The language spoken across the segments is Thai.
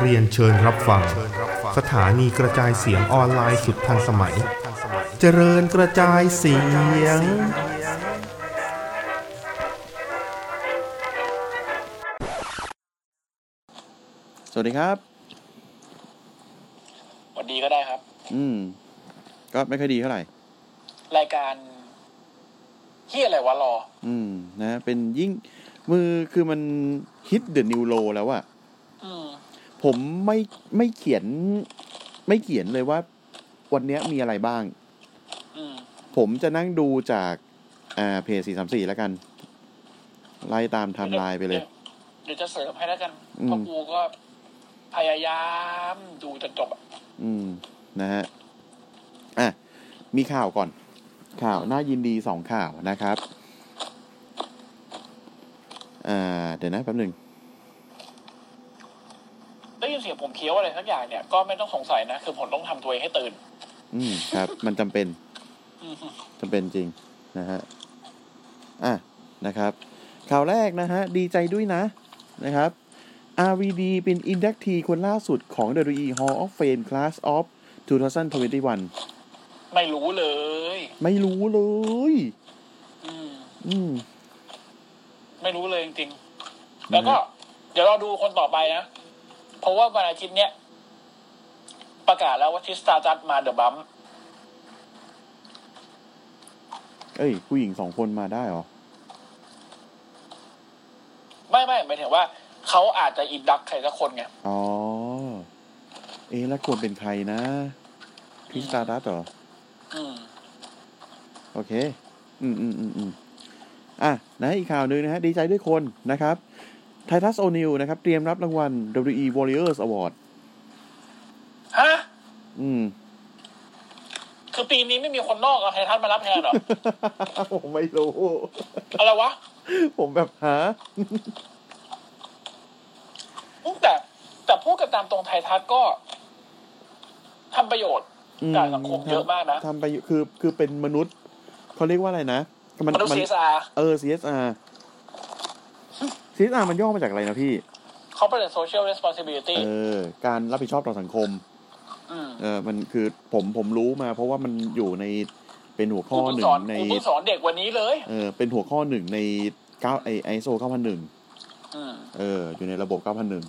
เรียนเชิญรับฟัง สถานีกระจายเสียงออนไลน์สุดทันสมัย เจริญกระจายเสียง สวัสดีครับ หวัดดีก็ได้ครับ อืม ก็ไม่ค่อยดีเท่าไหร่ รายการเฮียอะไรวะรอ อืม นะ เป็นยิ่ง มือคือมันฮิตเดอะนิวโลแล้วอะ อืม ผมไม่ไม่เขียน ไม่เขียนเลยว่า วันเนี้ยมีอะไรบ้าง อืม ผมจะนั่งดูจาก อ่า เพจสี่สามสี่แล้วกัน ไล่ตามไทม์ไลน์ไปเลย เดี๋ยวจะเสริมให้แล้วกัน อืม เพราะกูก็พยายามดูจนจบอะ อืม นะฮะ อ่ะ มีข่าวก่อน ข่าวน่ายินดีสองข่าวนะครับ อ่า เดี๋ยวนะแป๊บหนึ่ง ได้ยินเสียงผมเคี้ยวอะไรทั้งอย่างเนี่ย ก็ไม่ต้องสงสัยนะ คือผมต้องทำตัวเองให้ตื่น อืมครับ มันจำเป็น อืม จำเป็นจริงนะฮะอ่ะนะครับ ข่าวแรกนะฮะ ดีใจด้วยนะนะครับ RVD เป็นอินดักทีคนล่าสุดของ WWE Hall of Fame Class of 2021 ไม่รู้เลย ไม่รู้เลย อืม อืม ไม่รู้เลยจริงๆ แล้วก็ เดี๋ยวเราดูคนต่อไปนะ เพราะว่าวันอาทิตย์เนี้ยประกาศแล้วว่าทิสตาจัดมาเดอะบัม เอ้ย ผู้หญิงสองคนมาได้เหรอ ไม่ไม่หมายถึงว่าเขาอาจจะอินดักใครสักคนไง อ๋อ เอ๊ะแล้วควรเป็นใครนะพิสตารัสเหรอ อืม โอเค อืมอืมอืมอืมอ่ะ นะ อีกข่าวหนึ่งนะฮะ ดีใจด้วยคนนะครับ ไททัสโอนิลนะครับ เตรียมรับรางวัล WWE Warriors Award ฮะ อืม คือปีนี้ไม่มีคนนอกเอาไททันมารับแทนเหรอ ผมไม่รู้ อะไรวะ ผมแบบหา แต่แต่พูดกันตามตรงไททันก็ทำประโยชน์ การสังคมเยอะมากนะ ทำไปอยู่คือ คือเป็นมนุษย์ เขาเรียกว่าอะไรนะ มัน มนุษ มั ยศาสตร์ เออ CSR CSR มันย่อมาจากอะไรนะพี่ เขาเป็น social responsibility เออ การรับผิดชอบต่อสังคม อืม เออ มันคือผมผมรู้มา เพราะว่ามันอยู่ในเป็นหัวข้ กู อห เพิ่ง นึ่ ส ง อน ใน กูเพิ่งสอนเด็กวันนี้เลย เออเป็นหัวข้อหนึ่งในเก้าไอไอโซเก้าพันหนึ่ง อืม เอออยู่ในระบบเก้าพันหนึ่ง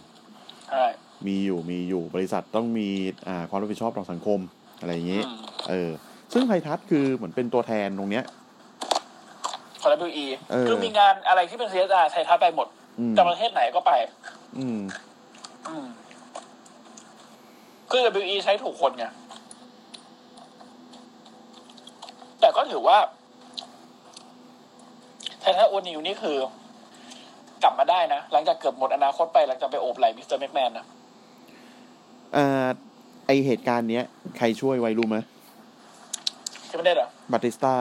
ใช่ มีอยู่มีอยู่บริษัทต้องมีอ่าความรับผิดชอบต่อสังคมอะไรอย่าง อื เงี้ย ม เออ ซึ่งไททัศน์คือเหมือนเป็นตัวแทนตรงเนี้ย ของ WE เออ คือมีงานอะไรที่เป็น CSR ไททันไปหมด อืม แต่ประเทศไหนก็ไป อืม อืม คือ WE ใช้ถูกคนไง แต่ก็ถือว่าไททันโอนิวนี่คือ กลับมาได้นะ หลังจากเกือบหมดอนาคตไปหลังจากไปโอบไหลมิสเตอร์แมกแมนนะ อ่า ไอเหตุการณ์เนี้ย ใครช่วยไว้รู้ไหม ใช่ไม่ได้เหรอ บัติสตา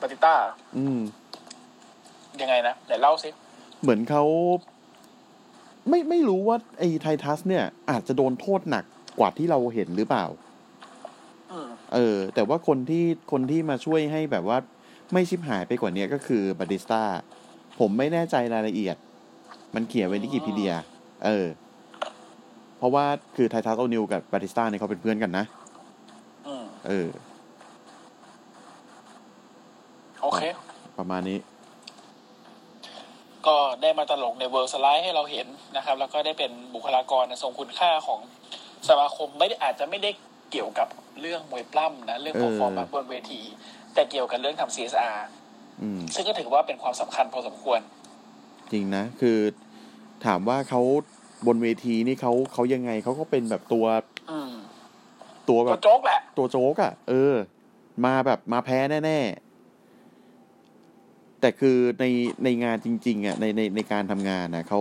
ปาติต้า อืม ยังไงนะไหนเล่าสิ เหมือนเขาไม่ไม่รู้ว่าไอไททัสเนี่ย อาจจะโดนโทษหนักกว่าที่เราเห็นหรือเปล่า อืม เออ แต่ว่าคนที่คนที่มาช่วยให้แบบว่า ไม่ชิบหายไปกว่าเนี้ยก็คือบาริสต้า ผมไม่แน่ใจรายละเอียด มันเขียนไว้ในวิกิพีเดีย เออ เพราะว่าคือไททัสโอนิวกับบาริสต้าเนี่ยเขาเป็นเพื่อนกันนะ อืม เออ โอเค ประมาณนี้ ก็ได้มาตลกในเวิร์สไลด์ให้เราเห็นนะครับ แล้วก็ได้เป็นบุคลากรอันทรงคุณค่าของสมาคมไม่ได้อาจจะไม่ได้เกี่ยวกับเรื่องมวยปล้ำนะ เรื่องของ เออ ฟอร์มบนเวที แต่เกี่ยวกับเรื่องทำ CSR อืม ซึ่งก็ถือว่าเป็นความสำคัญพอสมควร จริงนะ คือถามว่าเขาบนเวทีนี่เขาเขายังไงเขาก็เป็นแบบตัว อืม ตัวแบ ก็ บ โจ๊กแหละ ตัวโจ๊กอะ่ะ เออ มาแบบมาแพ้แน่ๆ แต่คือในในงานจริง ๆอะ่ะในในในการทำงานนะเขา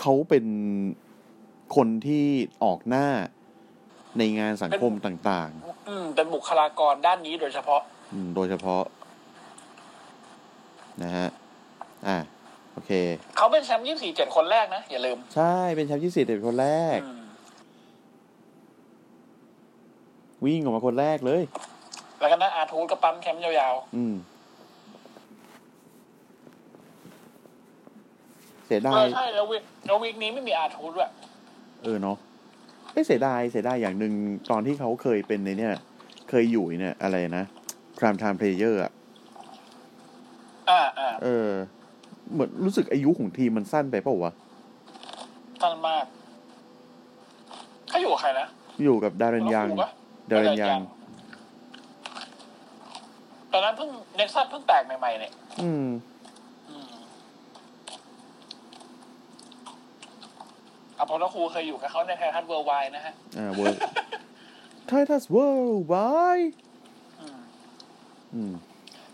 เขาเป็นคนที่ออกหน้าในงานสังคมต่าง อืม เป็นบุคลากรด้านนี้โดยเฉพาะ ๆอืมโดยเฉพาะ นะฮะ อ่ะ โอเค เขาเป็นแชมป์ยี่สี่เจ็ดคนแรกนะ อย่าลืม ใช่ เป็นแชมป์ยี่สิบเป็นคนแรก อืม วิ่งออกมาคนแรกเลย แล้วก็นะอาร์ทูตก็ปั๊มแชมป์ยาว อืม เสียดา เอย อใช่แล้ววิกแล้ววิกนี้ไม่มีอาร์ทูดด้วย เออเนาะเอ้ยเสียดายเสียดายอย่างหนึ่งตอนที่เขาเคยเป็นในเนี่ย เคยอยู่เนี่ยอะไรนะครามไทม์เพลเยอร์อ่ะ อ่าอ่า เออ เหมือนรู้สึกอายุของทีมมันสั้นไปเปล่าวะ ตันมากเขาอยู่กับใครนะ อยู่กับดารันยัง ถูกปะ ดารันยัง ตอนนั้นเพิ่งเน็กซัสเพิ่งแตกใหม่ๆเนี่ย อืม อืมอพอลโลครูเคยอยู่กับเขาในไททันเวิร์ลไวนะฮะ อ่าเวิร์ไททัสเวิร์ไว อืม อืม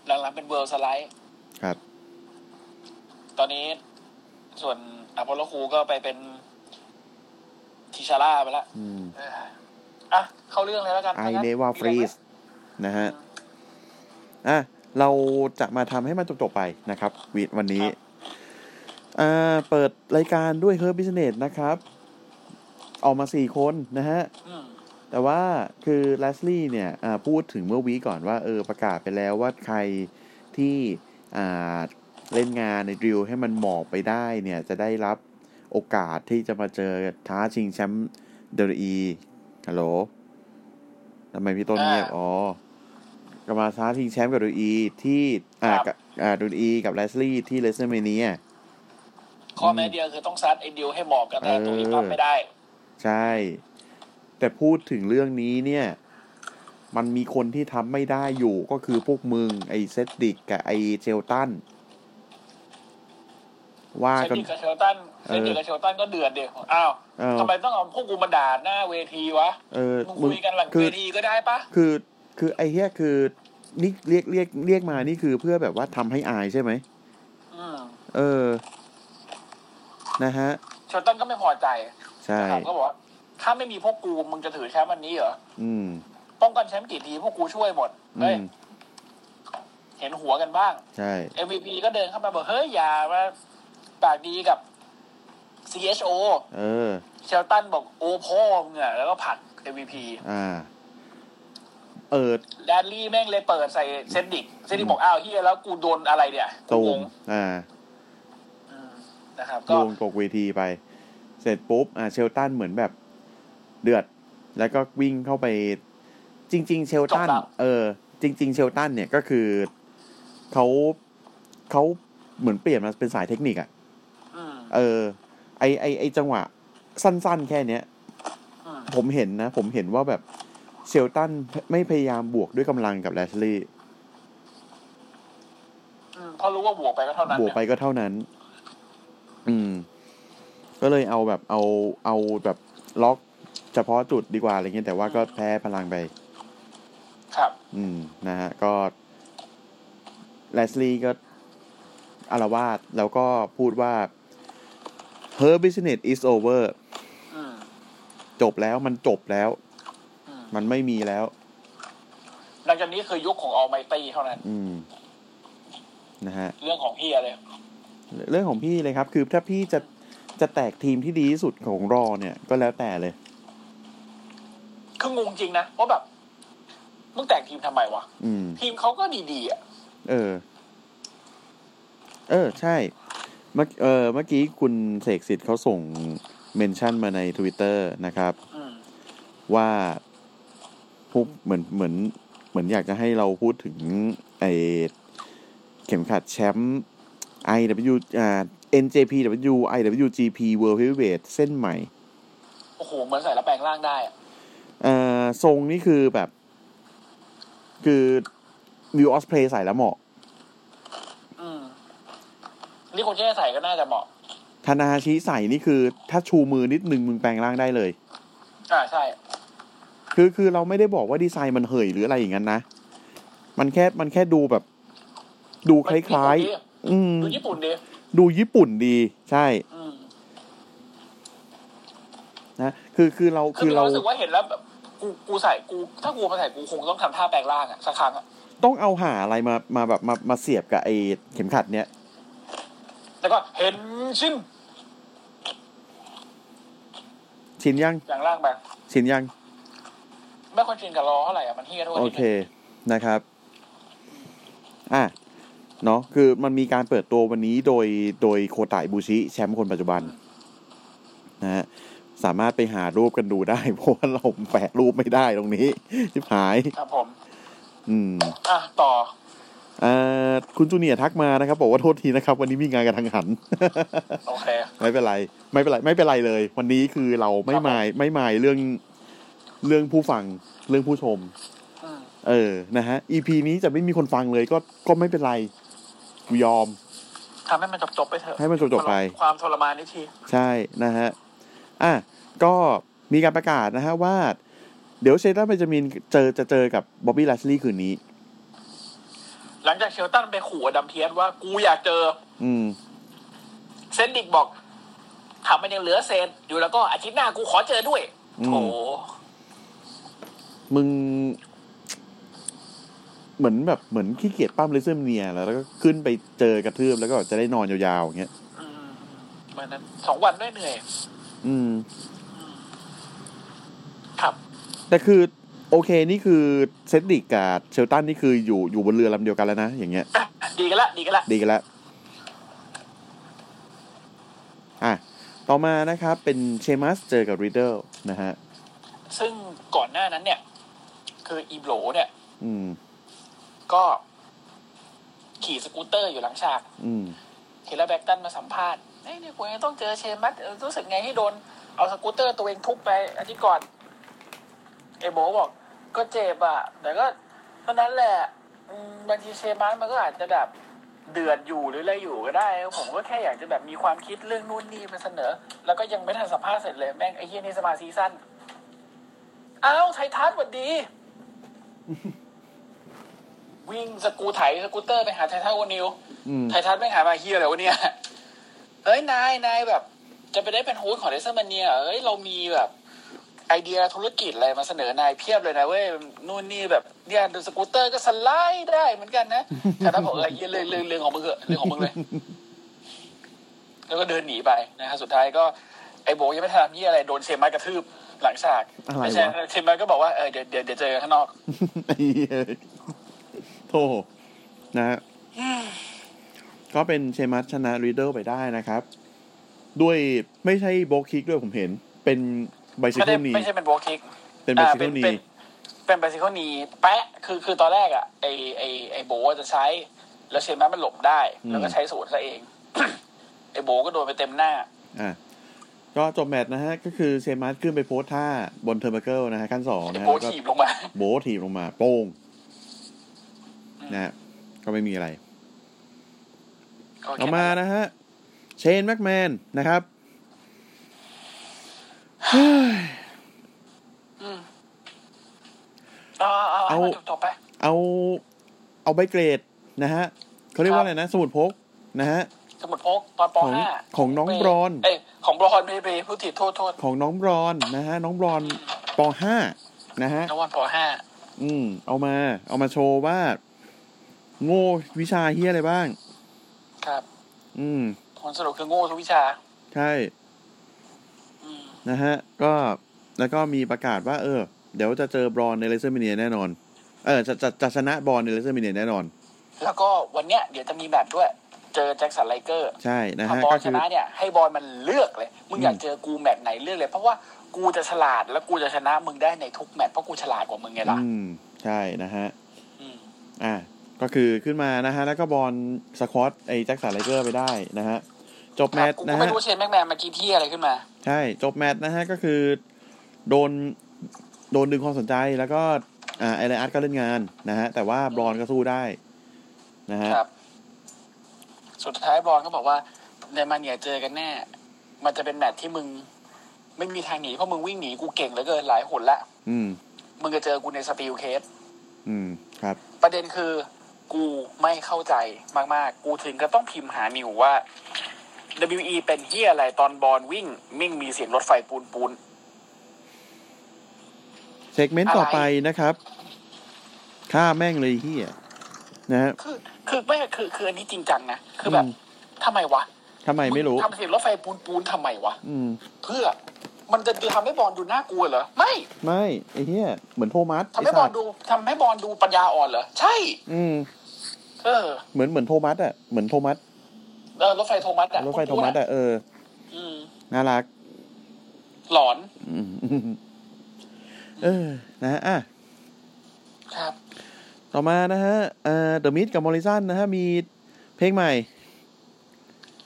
หลังๆเป็นเวิร์ลสไลด์ ครับ ตอนนี้ส่วนอพอลโลครูก็ไปเป็นทิชาร่าไปละ อืม เอออ่ะ เข้าเรื่องเลยแล้วกัน ไอ ถ้งั้ เนวาฟรีส นะ อื ฮะ ม อ่ะ เราจะมาทำให้มันจบๆไปนะครับวีดวันนี้ ครับ อ่าเปิดรายการด้วยเฮิร์บ s ิ n เน s นะครับ ออกมาสี่คนนะฮะ อืม แต่ว่าคือแลสลี่เนี่ยอ่าพูดถึงเมื่อวีก่อนว่าเออประกาศไปแล้วว่าใครที่อ่าเล่นงานในดริลให้มันหมอบไปได้เนี่ย จะได้รับโอกาสที่จะมาเจอท้าชิงแชมป์เดลีฮัลโหลทำไมพี่ต้นเงียบ อ่า อ๋อก็มาท้าชิงแชมป์กับดูอีที่อ่า ครับ กับอ่าดูอีกับแลสลี่ที่เลสเตอร์เมเนีย ข้อแม้เดียวคือต้องซัดไอเดียวให้หมอบกันแต่ตัวอีกปั๊บไม่ได้ ใช่ แต่พูดถึงเรื่องนี้เนี่ย มันมีคนที่ทำไม่ได้อยู่ก็คือพวกมึง ไอเซตดิกกับไอเจลตัน ว่า เซน กัน ดิกกับเชลตัน เออ เซนดิกกับเชลตันก็เดือดเดียวอ้าว เออ ทำไมต้องเอาพวกกูมาด่าหน้าเวทีวะ เออ มึง มึ คุ ง ยกันหลัง คื เว อ ทีก็ได้ปะ คือ คือไอเฮียคือนี่เรียกเรียกเรียกมานี่คือเพื่อแบบว่าทำให้อายใช่ไหม อืม เออ นะฮะ เชลตันก็ไม่พอใจ ใช่ นะครับก็บอกว่าถ้าไม่มีพวกกูมึงจะถือแชมป์วันนี้เหรอ อืม ป้องกันแชมป์กี่ทีพวกกูช่วยหมด อื เฮ้ย ม เห็นหัวกันบ้าง ใช่ MVP ก็เดินเข้ามาบอกเฮ้ยอย่ามาปากดีกับ CHO เออ เชลตันบอกโอพ่อมึงอะแล้วก็ผลัก MVP อ่า เออ แดนลี่แม่งเลยเปิดใส่เซนดิกเซนดิกบอกอ้าวเฮียแล้วกูโดนอะไรเนี่ย ตู ง ม ง อ่า อืมนะครับ ล ก็ งตกเวทีไป เสร็จปุ๊บ อ่าเชลตันเหมือนแบบเดือด แล้วก็วิ่งเข้าไป จริง ๆ เชลตัน จบแล้ว เออ จริง ๆ เชลตันเนี่ยก็คือเขาเขาเหมือนเปลี่ยนมาเป็นสายเทคนิคอะ อืม เออ ไอไอไอจังหวะ สั้น ๆ แค่เนี้ย อืม ผมเห็นนะ ผมเห็นว่าแบบเชลตันไม่พยายามบวกด้วยกำลังกับแรชลี่ อืมเพราะรู้ว่าบวกไปก็เท่านั้น บวกไปก็เท่านั้น อืม ก็เลยเอาแบบเอาเอาแบบล็อกเฉพาะจุดดีกว่าอะไรเงี้ยแต่ว่าก็แพ้พลังไป ครับ อืม นะฮะ ก็แลสลีก็อารวาสแล้วก็พูดว่า her business is over อืม จบแล้วมันจบแล้ว อืม มันไม่มีแล้ว หลังจากนี้คือยุคของออ l ไมตี้เท่านั้น อืม นะฮะ เรื่องของเฮียเลย เรื่องของพี่เลยครับ คือถ้าพี่จะจะแตกทีมที่ดีที่สุดของรอเนี่ย ก็แล้วแต่เลย คืองงจริงนะว่าแบบ มึงแต่งทีมทำไมวะ อืม ทีมเขาก็ดีๆอ่ะ เออ เออ ใช่ เมื่อเออเมื่อกี้คุณเสกสิทธิ์เขาส่งเมนชั่นมาใน Twitter นะครับ อืม ว่าพูดเหมือนเหมือน เหมือนอยากจะให้เราพูดถึงไอเข็มขัดแชมป์ IW อ่า NJPW IWGP World Heavyweight เส้นใหม่ โอ้โหเหมือนใส่แล้วแปลงร่างได้อะ เอ่อ ทรงนี่คือแบบ คือวิวออสเพลย์ใส่แล้วเหมาะ อืม นี่คนที่จะใส่ก็น่าจะเหมาะ ธนาฮาชิใส่นี่คือ ถ้าชูมือนิดหนึ่งมึงแปลงร่างได้เลย อ่าใช่ คือคือเราไม่ได้บอกว่าดีไซน์มันเห่ยหรืออะไรอย่างนั้นนะ มันแค่มันแค่ดูแบบ ดูคล้าย มันญี่ปุ่นๆ อืมดิดูญี่ปุ่นดิ ดูญี่ปุ่นดี ใช่ อืม นะคือคือเรา คื คือ อ มีค เรา วามรู้สึกว่าเห็นแล้วแบบกูกูใส่กู ถ้ากูมาใส่กูคงต้องทำท่าแปลงร่างอ่ะสักครั้งอ่ะ ต้องเอาหาอะไรมามาแบบมามาเสียบกับไอเข็มขัดเนี้ย แล้วก็เห็นชิม ชินยัง แปลงร่างไป ชินยัง ไม่ค่อยชินกับรอเท่าไหร่อ่ะมันเฮี้ยโทษ โอ ที เคนะครับ อ่ะ เนาะคือมันมีการเปิดตัววันนี้โดยโดยโคตะอิบูชิแชมป์คนปัจจุบันนะฮะสามารถไปหารูปกันดูได้ เพราะว่าเราแปะรูปไม่ได้ตรงนี้ชิบหาย ครับผม อืม อ่ะต่อ เอ่อคุณจูเนียร์ทักมานะครับ บอกว่าโทษทีนะครับ วันนี้มีงานกันทางหัน โอเค ไม่เป็นไร ไม่เป็นไร ไม่เป็นไรเลย วันนี้คือเราไม่มายไม่มายเรื่องเรื่องผู้ฟังเรื่องผู้ชม อืม เออ นะฮะ EP นี้จะไม่มีคนฟังเลย ก็ก็ไม่เป็นไรกูยอม ทำให้มันจบจบๆไปเถอะ ให้มันจบๆไป ความทรมานนิดที ใช่นะฮะ อ่ะ ก็มีการประกาศนะฮะว่า เดี๋ยวเชตันเบนจามินเจอจะเจอกับบ๊อบบี้ลัสลีย์คืนนี้ หลังจากเชลตันไปขู่อดัมเทียสว่ากูอยากเจอ อืม เซนดิกบอกทำมันยังเหลือเศษอยู่แล้วก็อาทิตย์หน้ากูขอเจอด้วย อืม โถ มึง เหมือนแบบเหมือนขี้เกียจปั้มเลเซอร์เนียแล้วแล้วก็ขึ้นไปเจอกระทืบแล้วก็จะได้นอนยาวๆอย่างเงี้ย อืมเหมือนนั้นสองวันด้วยเหนื่อย อืม ครับ แต่คือ โอเคนี่คือเซนดิกกับเชลตันนี่คืออยู่อยู่บนเรือลำเดียวกันแล้วนะ อย่างเงี้ย ดีกันละ ดีกันละ ดีกันแล้ว อ่ะ ต่อมานะครับ เป็นเชมัสเจอกับรีเดอร์นะฮะ ซึ่งก่อนหน้านั้นเนี่ย คืออีโบลเนี่ย อืม ก็ ขี่สกูตเตอร์อยู่หลังฉาก อืม เทเลแบ็กตันมาสัมภาษณ์เอ้ยเนี่ยกูยังต้องเจอเชมัสเออรู้สึกไงที่โดน เอาสกูตเตอร์ตัวเองทุบไปอาทิตย์ก่อน ไอโบลบอก ก็เจ็บอะแต่ก็เท่านั้นแหละอืมบางทีเชมัสมันก็อาจจะแบบเดือดอยู่หรืออะไรอยู่ก็ได้ ผมก็แค่อยากจะแบบมีความคิดเรื่องนู่นนี่มาเสนอ แล้วก็ยังไม่ทันสัมภาษณ์เสร็จเลยแม่งไอ้เฮียนี่สมาซีซั่นอ้าวไททัสสวัสดี วิ่งสกูไถสกูเตอร์ไปหาไททัสโอนิว อืม ไททันไม่หามาเฮียเลยวะเนี่ย เฮ้ย นาย นายแบบ จะไปได้เป็นโฮสต์ของเดซเมเนียเฮ้ย เรามีแบบ ไอเดียธุรกิจอะไรมาเสนอนายเพียบเลยนะเว้ย นู่นนี่แบบเนี่ยดูสกูตเตอร์ก็สไลด์ได้เหมือนกันนะไททันบอกเออเหี้ยเรื่องเรื่องเรื่องของมึงเถอะเรื่องของมึงเลย แล้วก็เดินหนีไปนะฮะสุดท้ายก็ไอโบยังไม่ทำเหียอะไรโดนเชมมากระทืบหลังฉาก อะไรวะ ม่ใช่เชมมาก็บอกว่าเออเดี๋ยวเดี๋ยวเดี๋ยวเจอกันข้างนอก ไอ้เหี้ยโธ่นะฮะ ก็เป็นเชมัสชนะรีเดอร์ไปได้นะครับ ด้วยไม่ใช่โบคิกด้วยผมเห็น เป็นไบซิ ไม่ เคิ ได้ ลนี ไม่ใช่เป็นโบคิก เป็นไบซิเคิลนี อ่าเป็น เป็นไบซิเคิลนีแปะคือคือตอนแรกอะไอไอไอโบว่าจะใช้ แล้วเชนแมนมันหลบได้ อืม แล้วก็ใช้สูตรซะเอง ไอโบก็โดนไปเต็มหน้า อ่ะก็จบแมตช์นะฮะ ก็คือเชมัสขึ้นไปโพสท่าบนเทอร์มิเคิลนะฮะขั้นสอง ไอ นะฮะ โบ แล้วก็ ถีบลงมา โบทถีบลงมาโป้งนะฮะก็ไม่มีอะไร ก็แค่ ต่อ นั้ มาน นะฮะ เชนแม็กแมนนะครับ เอาเอาเอา เอา จบจบไป เอาเอาใบเกรดนะฮะเขาเรียกว่าอะไรนะ สมุดพกนะฮะ สมุดโอ๊กตอนป ของ ห้า ของน้องบรอน เยของบรอนไม่ไปผู้ติดโทษโทษ ของน้องบรอนนะฮะ น้องบรอนปห้านะฮะ น้องวันปห้า อืม เอามา เอามาโชว์ว่า โง่วิชาเฮียอะไรบ้าง ครับ อืม ผลสรุปคือโง่ทุกวิชา ใช่ อืม นะฮะ ก็แล้วก็มีประกาศว่า เออ เดี๋ยวจะเจอบรอนในเลเซอร์มิเนียแน่นอน เออ จะจะจะชนะบรอนในเลเซอร์มิเนียแน่นอน แล้วก็วันเนี้ยเดี๋ยวจะมีแมตช์ด้วย เจอแจ็คสันไลเกอร์ ใช่นะ ถ้า ฮะ บอล ก็ ช คือ นะเนี่ยให้บอลมันเลือกเลย มึง อืม อยากเจอกูแมตช์ไหนเลือกเลย เพราะว่ากูจะฉลาดแล้วกูจะชนะมึงได้ในทุกแมตช์เพราะกูฉลาดกว่ามึงไงล่ะ อืม ใช่นะฮะ อืม อ่ะก็คือขึ้นมานะฮะ แล้วก็บอลสควอตไอ้แจ็คสันไลเกอร์ไปได้นะฮะ จบแมตช์ กู นะ ก็ไม่ ฮะ รู้เชนแม็กแมนเมากี้ที่อะไรขึ้นมา ใช่ จบแมตช์นะฮะ ก็คือโดน โดนดึงความสนใจแล้วก็ อ่าไอเลอาร์ตก็เล่นงานนะฮะ แต่ว่าบรอนก็สู้ได้ นะฮะ ครับ สุดท้ายบอลก็บอกว่าในมันเนี่ยเจอกันแน่ มันจะเป็นแมตช์ที่มึง ไม่มีทางหนีเพราะมึงวิ่งหนีกูเก่งเหลือเกินหลายหนละ อืม มึงจะเจอกูในสตีลเคส อืม ครับ ประเด็นคือกูไม่เข้าใจมาก ๆ กูถึงก็ต้องพิมพ์หามิวว่า WE เป็นเฮียอะไรตอนบอลวิ่ง มิ่งมีเสียงรถไฟปูนปูน เซกเมนต์ อะไร ต่อไปนะครับ ฆ่าแม่งเลยเฮียนะฮะ คือ คือไม่คือคืออันนี้จริงจังนะ คือแบบ อืม ทำไมวะ ทำไมไม่รู้ ทำเสียงรถไฟปูนปูนทำไมวะ อืม เพื่อ มันจะทำให้บอลดูน่ากลัวเหรอ ไม่ ไม่ไอ้เฮียเหมือนโทมัส ทำให้บอไสัตลว์ ดูทำให้บอลดูปัญญาอ่อนเหรอ ใช่ อืม ท เออ เหมือนเหมือนโทมัสอ่ะเหมือนโทมัส เออรถไฟโทมัสอะ รถไฟโทมัสอ่ะเออ อืม น่ารัก หลอน อืม เออ นะฮะอ่ะ ครับ ต่อมานะฮะเอ่อเดอะมิดกับมอริสันนะฮะ มีเพลงใหม่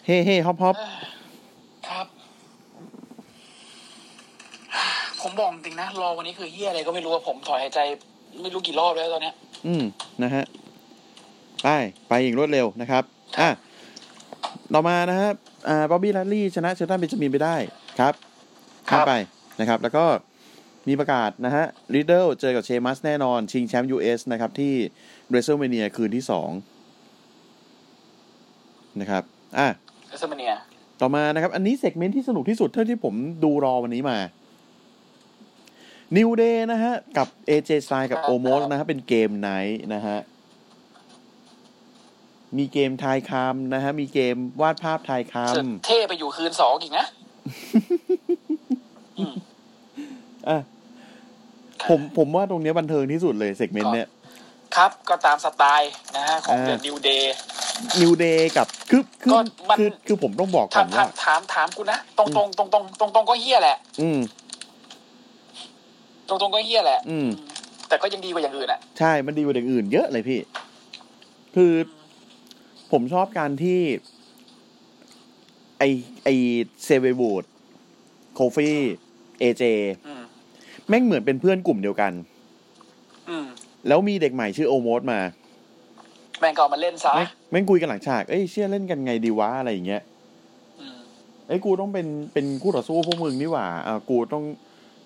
เฮ้เฮ้ฮอปฮอป เออครับ ผมบอกจริงนะ รอวันนี้คือเฮียอะไรก็ไม่รู้อะผมถอยหายใจไม่รู้กี่รอบแล้วตอนเนี้ย อืม นะฮะ ไป ไปอย่างรวดเร็วนะครับ อ่ะ ต่อมานะฮะอ่าบ๊อบบี้ลัตลี่ ชนะเชลตันเบนจามินไปได้ครับ ครั ข้าม บ ไปนะครับ แล้วก็มีประกาศนะฮะริดเดิลเจอกับเชมัสแน่นอน ชิงแชมป์ยูเอสนะครับ ที่เรเซ l เมเนียคืนที่สองนะครับ อ่ะ เอสเมเนีย ต่อมานะครับ อันนี้เซกเมนต์ที่สนุกที่สุดเท่าที่ผมดูรอวันนี้มา New Day นะฮะ กับ AJ s t y l e กับ Omos นะฮะ เป็นเกมไนท์นะฮะ มีเกมทายคำนะฮะ มีเกมวาดภาพทายค สุดเท่ไปอยู่คืนสองอีกนะ อืม ำอ่ะผมผมว่าตรงเนี้ยบันเทิงที่สุดเลยเซกเมนต์เนี้ย ครับก็ตามสไตล์นะฮะ ของ เออ เดอะนิวเดย์ New Day กับ คือคือ ก็มัน คือคือผมต้องบอกก่ ถา อ ม นว่า ถามถามกูนะ ตรงตรงตรงตรงตรงตรงก็เฮียแหละ อืม ตรงตรงก็เฮียแหละ อืม แต่ก็ยังดีกว่าอย่างอื่นอะ ใช่ มันดีกว่าอย่างอื่นเยอะเลยพี่ คือผมชอบการที่ ไอไอเซเวบูดโคฟี่เอเจ อืม แม่งเหมือนเป็นเพื่อนกลุ่มเดียวกัน อืม แล้วมีเด็กใหม่ชื่อโอโมสมา แมงเก่ามาเล่นซะ แม่งแม่งคุยกันหลังฉาก เอ้ยเชี่ยเล่นกันไงดีวะ อะไรอย่างเงี้ย อืม เอ้ยกูต้องเป็นเป็นคู่ต่อสู้พวกมึงนี่หว่าอ่ากูต้อง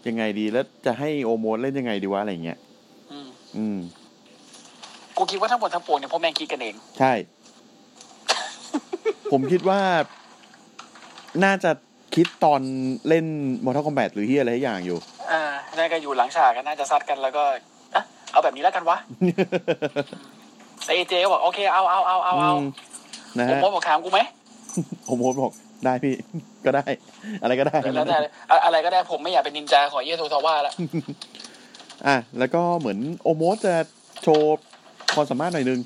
ยังไงดีแล้วจะให้โอโมสเล่นยังไงดีวะ อะไรอย่างเงี้ย อืม อืม กูคิดว่าทั้งหมดทั้งปวงเนี่ยพวกแมงคิดกันเอง ใช่ ผมคิดว่า น่าจะคิดตอนเล่น Mortal Kombat หรือเฮียอะไรสักอย่างอยู่ อ่าน่าก็อยู่หลังฉากกันน่าจะซัดกันแล้วก็อ่ะเอาแบบนี้แล้วกันวะ แต่เอเจก็บอกโอเคเอาเอาเอาเอาเอา อืม นะ ผม ฮะ โมบอกถามกูไหม ผมโพสต์บอกได้พี่ ก็ได้ อะไรก็ได้ แล้วแต่อะอะไรก็ได้ผมไม่อยากเป็นนินจาขอเยี่ยโทซาว่าละ อ่ะ แล้วก็เหมือนโอโมสจะโชว์ความสามารถหน่อยนึง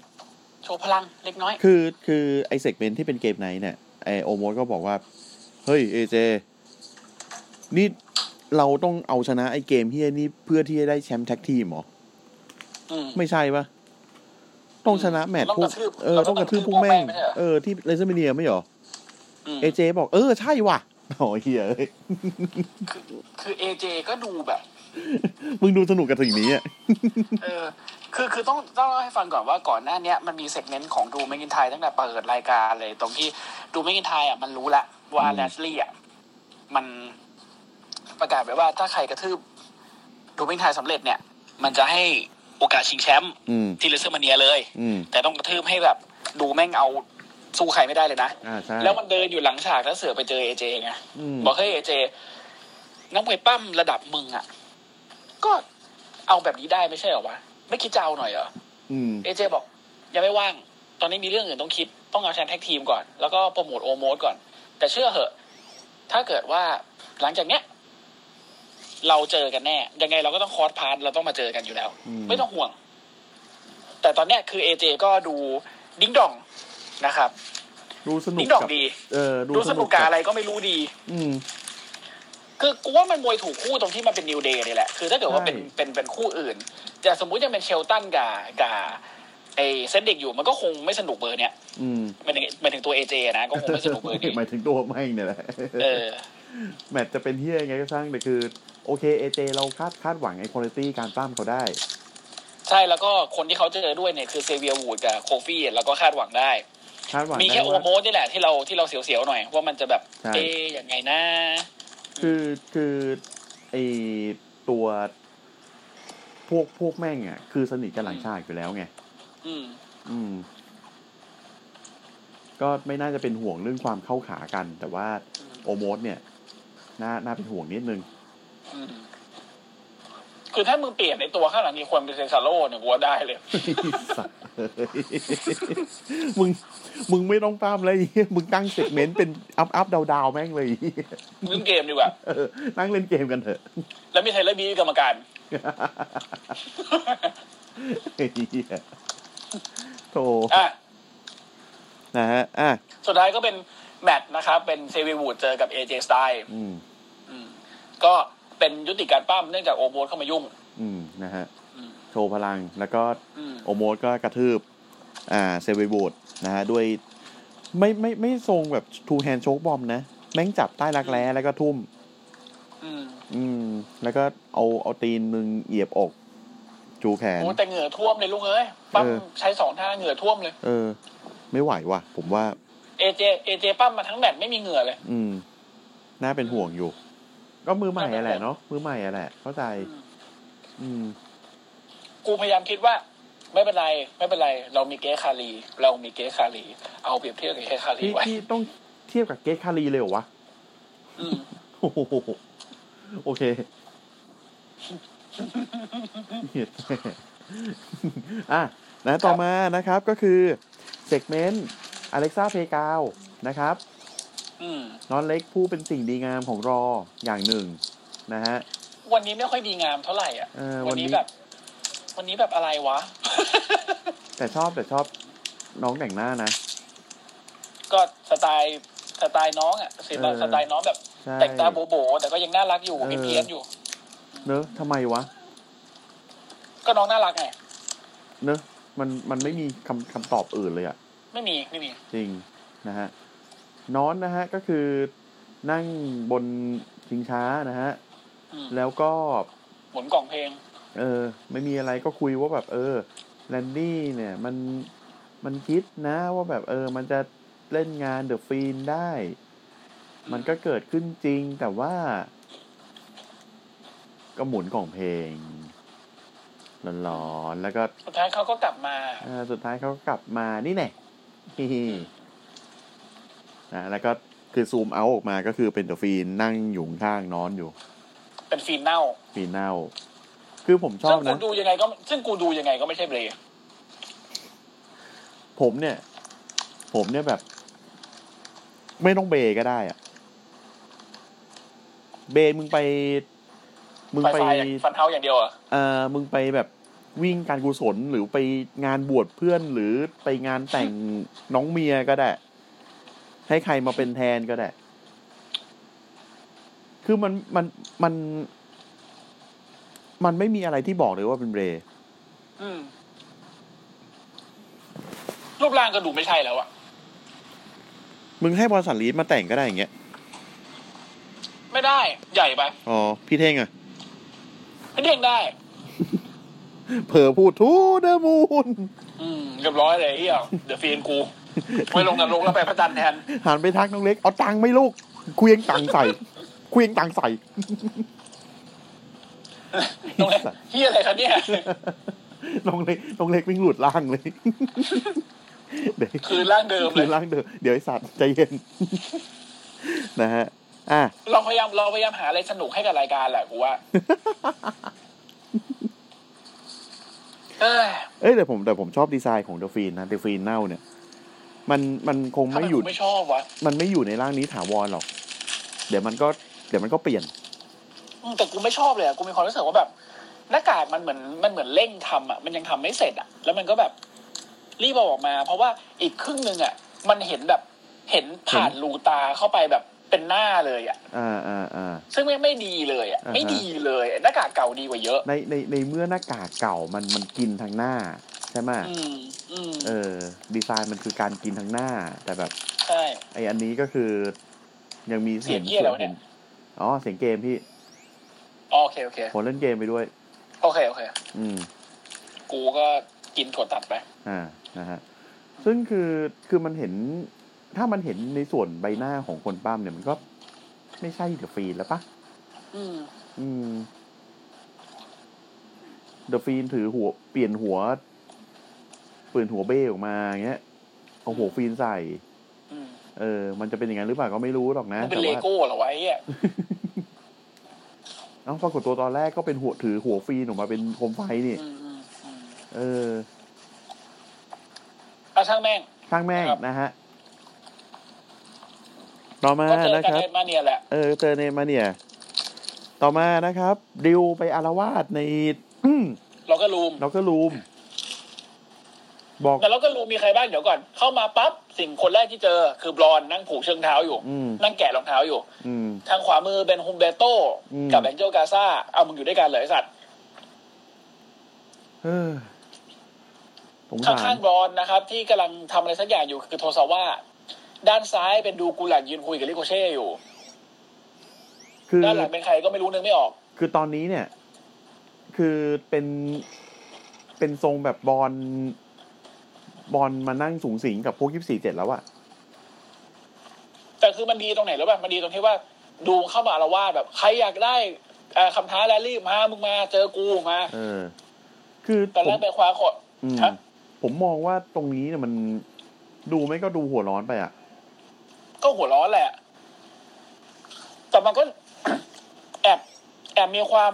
โชว์พลังเล็กน้อย คือคือไอเซกเมนที่เป็นเกมไหนเนี่ยไอโอโมสก็บอกว่า เฮ้ยเอเจ นี่เราต้องเอาชนะไอเกมเฮียนี่เพื่อที่จะได้แชมป์แท็กทีมเหรอ อืม ไม่ใช่ปะต้องชนะแมตช์พว เรา ก กระทืบ เออต้องกระทืบพวกแม่ง เราต้องกระทืบพวกแม่งไม่ใช่เหรอ เออที่เลเซอร์เมเนียไม่เหรอ อืม เอเจบอกเออใช่ว่ะโอ้ยเฮียเอ้ย คือคือเอเจก็ดูแบบ มึงดูสนุกกับสิ่งนี้อ่ะ เออ คือคือต้องต้องเล่าให้ฟังก่อนว่าก่อนหน้าเนี้ยมันมีเซกเมนต์ของดูแมกินไทยตั้งแต่เปิดรายการเลย ตรงที่ดูแมกินไทยอ่ะมันรู้ละว่าแลสลี่อ่ะมันประกาศไว้ว่าถ้าใครกระทืบดูแมกินไทยสำเร็จเนี่ย มันจะให้โอกาสชิงแชมป์ อืม ที่เลเซอร์มาเนียเลย อืม แต่ต้องกระทืบให้แบบ ดูแม่งเอาสู้ใครไม่ได้เลยนะ อ่าใช่ แล้วมันเดินอยู่หลังฉากแล้วเสือไปเจอเอเจไง อืม บอกเฮ้ยเอเจนักมวยปั้มระดับมึงอ่ะ ก็เอาแบบนี้ได้ไม่ใช่เหรอวะ ไม่คิดจะเอาหน่อยเหรอ อืม เอเจบอก ยังไม่ว่าง ตอนนี้มีเรื่องอื่นต้องคิด ต้องเอาแชมป์แท็กทีมก่อน แล้วก็โปรโมทโอโมสก่อน แต่เชื่อเหอะ ถ้าเกิดว่าหลังจากเนี้ย เราเจอกันแน่ ยังไงเราก็ต้องคอร์สพาร์ทเราต้องมาเจอกันอยู่แล้ว อืม ไม่ต้องห่วง แต่ตอนเนี้ยคือเอเจก็ดูดิ้งดองนะครับ ดูสนุก ดิ้งดอง กับ ดี เออดู ดูสนุกกับอะไรก็ไม่รู้ดี อืม คือกูว่ามันมวยถูกคู่ตรงที่มันเป็นนิวเดย์นี่แหละ คือถ้าเกิดว่า ใช่ เป็นเป็นเป็นคู่อื่น แต่สมมุติยังเป็นเชลตันกับกับไอเซนเด็กอยู่มันก็คงไม่สนุกเบอร์เนี้ย อืม หมันถึงหมันถึงตัวเอเจนะ ก็คงไม่สนุกเบอร์ นี้ หมายถึงตัวแม่งเนี่ยแหละ เออ แมตช์จะเป็นเฮียยังไงก็ช่างแต่คือ โอเคเอเจเราคาดคาดหวังไอ้คุณภาพการปล้ามเขาได้ ใช่แล้วก็คนที่เขาเจอด้วยเนี่ยคือเซเวียร์วูดกับโคฟี่แล้วก็คาดหวังได้ คาดหวัง มี ได้ แค่โอ ว่า โมสนี่แหละที่เราที่เราเสียวๆหน่อย ว่ามันจะแบบ ใช่ เอ๊ะยังไงนะ คือคือไอตัวพวกพวกแม่งอ่ะ คือสนิทกันหลังฉากอยู่แล้วไง อืม อืม ก็ไม่น่าจะเป็นห่วงเรื่องความเข้าขากัน แต่ว่า อืม โอโมสเนี่ย น่าน่าเป็นห่วงนิดนึง อืมคือถ้ามึงเปลี่ยนในตัวข้างหลังนี่ควรเป็นเซนซาโร่เนี่ยกูว่าได้เลย สัตว์เอ้ยมึง มึงไม่ต้องตามเลยไอ้เหี้ยมึงตั้งเซกเมนต์เป็นอัพอัพดาวดาวแม่งเลยไอ้เหี้ย เล่นเกมดีกว่า เออนั่งเล่นเกมกันเถอะ แล้วมีไทเลอร์บีเป็นกรรมการ ไอ้เหี้ยโถ โอ้ อ่ะ นะฮะอ่ะ สุดท้ายก็เป็นแมตช์นะครับ เป็นเซวีวูดเจอกับเอเจสไตล์ อืม ก็เป็นยุติการปั้มเนื่องจากโอโบสเข้ามายุ่ง อืมนะฮะ อืม โชว์พลังแล้วก็ อืม โอโมสก็กระทืบ อ่าเซเวโบดนะฮะ ด้วยไม่ไม่ไม่ทรงแบบทูแฮนโชกบอมนะ แม่งจับใต้รักแร้แล้วก็ทุ่ม อืม อืม แล้วก็เอาเอาตีนมึงเหยียบอก จูแขน โอ้แต่เหงื่อท่วมเลยลูกเอ้ยปั้ม เออ ใช้สองท่าเหงื่อท่วมเลย เออ ไม่ไหวว่ะ ผมว่า เอเจเอเจปั้มมาทั้งแมตช์ไม่มีเหงื่อเลย อืม น่าเป็นห่วงอยู่ ก็มือใหม่อะแหละเนาะมือใหม่อะแหละ เข้าใจ อืม กูพยายามคิดว่า ไม่เป็นไรไม่เป็นไร เรามีเกสคารี เรามีเกสคารี เอาเปรียบเทียบกับเกสคารี ที่ ไว้ ที่ต้องเทียบกับเกตคารีเลยเหรอวะ อืม โอ้โหโอเคเหี้ยอ่ะนะต่อมานะครับก็คือเซกเมนต์ Alexa p l a y g r o u n d นะครับ อืม น้องเล็กผู้เป็นสิ่งดีงามของรออย่างหนึ่งนะฮะ วันนี้ไม่ค่อยดีงามเท่าไหร่อ่ะ เออวั วัน น นี้ นี้แบบ วันนี้แบบอะไรวะ แต่ชอบแต่ชอบน้องแต่งหน้านะ ก็สไตล์สไตล์น้องอ่ะสไตล์ เออ สไตล์น้องแบบ ใช่ แต่งตาโบโบแต่ก็ยังน่ารักอยู่ เออ มีเพี้ยนอยู่ เนอะทำไมวะ ก็น้องน่ารักไง เนอะมันมันไม่มีคำคำตอบอื่นเลยอะ ไม่มีไม่มี จริงนะฮะนอนนะฮะก็คือนั่งบนชิงช้านะฮะ อืม แล้วก็ หมุนกล่องเพลง เออไม่มีอะไรก็คุยว่าแบบ เออแลนดี้เนี่ย มันมันคิดนะว่าแบบเออ มันจะเล่นงานเดอะฟีนได้ มันก็เกิดขึ้นจริงแต่ว่า ก็หมุนกล่องเพลงร้อนๆแล้วก็ สุดท้ายเขาก็กลับมา อ่าสุดท้ายเขากลับมานี่แน่ นะแล้วก็คือซูมเอาออกมาก็คือเป็นเดอะฟีนนั่งอยู่ข้างนอนอยู่ เป็นฟีนเน่า ฟีนเน่า คือผมชอ ซึ่ บ งกู นะ ดูยังไงก็ ซึ่งกูดูยังไงก็ไม่ใช่เบรย์ ผมเนี่ย ผมเนี่ยแบบ ไม่ต้องเบรก็ได้อะเบรมึงไป มึง ไฟ ไป ไฟอย่างฟันเท้าอย่างเดียวเหรอ่ะ เออมึงไปแบบวิ่งการกุศลหรือไปงานบวชเพื่อนหรือไปงานแต่งน้องเมียก็ได้ ให้ใครมาเป็นแทนก็ได้ คือมันมันมัน มันไม่มีอะไรที่บอกเลยว่าเป็นเบร อืม รูปร่างก็ดูไม่ใช่แล้วอ่ะ มึงให้บอลสันลีดมาแต่งก็ได้อย่างเงี้ย ไม่ได้ใหญ่ไป อ๋อพี่เท่งอะ ไม่เด้งได้ เผลอพูดทูเดอร์มูน อืมเรียบร้อยเลยเฮียเดี๋ยวฟีนกูไปลงนรกแล้วไปพระจันทร์แท น หันไปทักน้องเล็ก เอาตังค์ไหม่ลูกเควียงตังค์ใส่เควียงตังค์ใส่ ตรงไหนเฮียอะไรครับเนี่ย น้องเล็กน้องเล็กวิ่งหลุดล่างเลย เดี๋ยว คือร่างเดิมเล คื ย อล่างเดิมเดี๋ยวไอสัตว์ใจเย็น นะฮะ อ่ะ เราพยายามเราพยายามหาอะไรสนุกให้กับรายการแหละกูว่าเอ้ย เอ้ยแต่ผมแต่ผมชอบดีไซน์ของเดฟีนนะเดฟีนเน่าเนี่ย มันมันคง ทำไม ไม่อ กู ยู่ ไม่ชอบวะ มันไม่อยู่ในร่างนี้ถาวรหรอก เดี๋ยวมันก็ เดี๋ยวมันก็เปลี่ยน อืมแต่กูไม่ชอบเลยอะกูมีความรู้สึกว่าแบบหน้ากากมันเหมือนมันเหมือนเร่งทำอ่ะมันยังทำไม่เสร็จอ่ะ แล้วมันก็แบบรีบเอาออกมา เพราะว่าอีกครึ่งหนึ่งอ่ะ มันเห็นแบบเห็นผ่านรูตาเข้าไปแบบเป็นหน้าเลยอ่ะ อ่าอ่าอ่า ซึ่งไม่ไม่ดีเลยอ่ะ อ่าฮะ ไม่ดีเลยหน้ากากเก่าดีกว่าเยอะ ในในในเมื่อหน้ากากเก่ามันมันกินทางหน้า ใช่ไหม อืม อืม เออ ดีไซน์มันคือการกินทางหน้า แต่แบบ ใช่ ไออันนี้ก็คือยังมี เสียงเหี้ยอะไรวะเนี่ย อ๋อ เสียงเกมพี่ โอเคโอเค ผมเล่นเกมไปด้วย โอเคโอเค อืม กูก็กินถั่วตัดไป อ่านะฮะซึ่งคือคือมันเห็น ถ้ามันเห็นในส่วนใบหน้าของคนปั้มเนี่ยมันก็ ไม่ใช่เดอะฟีนแล้วปะ อืม อืมเดอะฟีนถือหัว เปลี่ยนหัวเปลี่ยนหัวเบ้ออกมาอย่างเงี้ยเอาหัวฟีนใส่ อืม เออ มันจะเป็นอย่างนั้นหรือเปล่าก็ไม่รู้หรอกนะ มันเป็น แต่ เล ว่า โก้เหรอวะไอ้เนี่ย เอ้าปรากฏตัวตอนแรกก็เป็นหัวถือหัวฟีนออกมาเป็นโคมไฟนี่ อืมอืมอืม เออ อ่ะช่างแม่ง ช่างแม่ง ครับ นะฮะ ต่อมา ก็เจอ นะ กัน ครับ ในมาเนียแหละ เออเจอเนมาเนี่ย ต่อมานะครับ ดิวไปอารวาสใน อืม เราก็รูม เราก็รูม บอก แต่เราก็รู้มีใครบ้างเดี๋ยวก่อน เข้ามาปั๊บสิ่งคนแรกที่เจอ คือบรอนนั่งผูกเชิงเท้าอยู่ อืม นั่งแกะรองเท้าอยู่ อืม ทางขวามือเป็นฮุมเบโต้ อืม กับแองเจลกาซาเอามึงอยู่ด้วยกันเหรอไอสัตว์ เออสงสารข้างๆบรอนนะครับ ที่กำลังทำอะไรสักอย่างอยู่คือโทซาว่า ด้านซ้ายเป็นดูกูหลังยืนคุยกับลิโกเช่อยู่ คือ ด้านหลังเป็นใครก็ไม่รู้นึกไม่ออก คือตอนนี้เนี่ย คือเป็นเป็นทรงแบบบอลบอลมานั่งสูงสิงกับพวกยี่สี่เจ็ดแล้วอะ แต่คือมันดีตรงไหนรู้ป่ะมันดีตรงที่ว่าดูเข้ามาอาละวาดแบบใครอยากได้เอ่อคำท้าแรลลี่มามึงมาเจอกูมา เออ คือ ตอน ผ แร ม กไปคว้าขอ อืม ฮะ ผมมองว่าตรงนี้เนี่ยมันดูไม่ก็ดูหัวร้อนไปอะ ก็หัวร้อนแหละ แต่มันก็ แอบแอบมีความ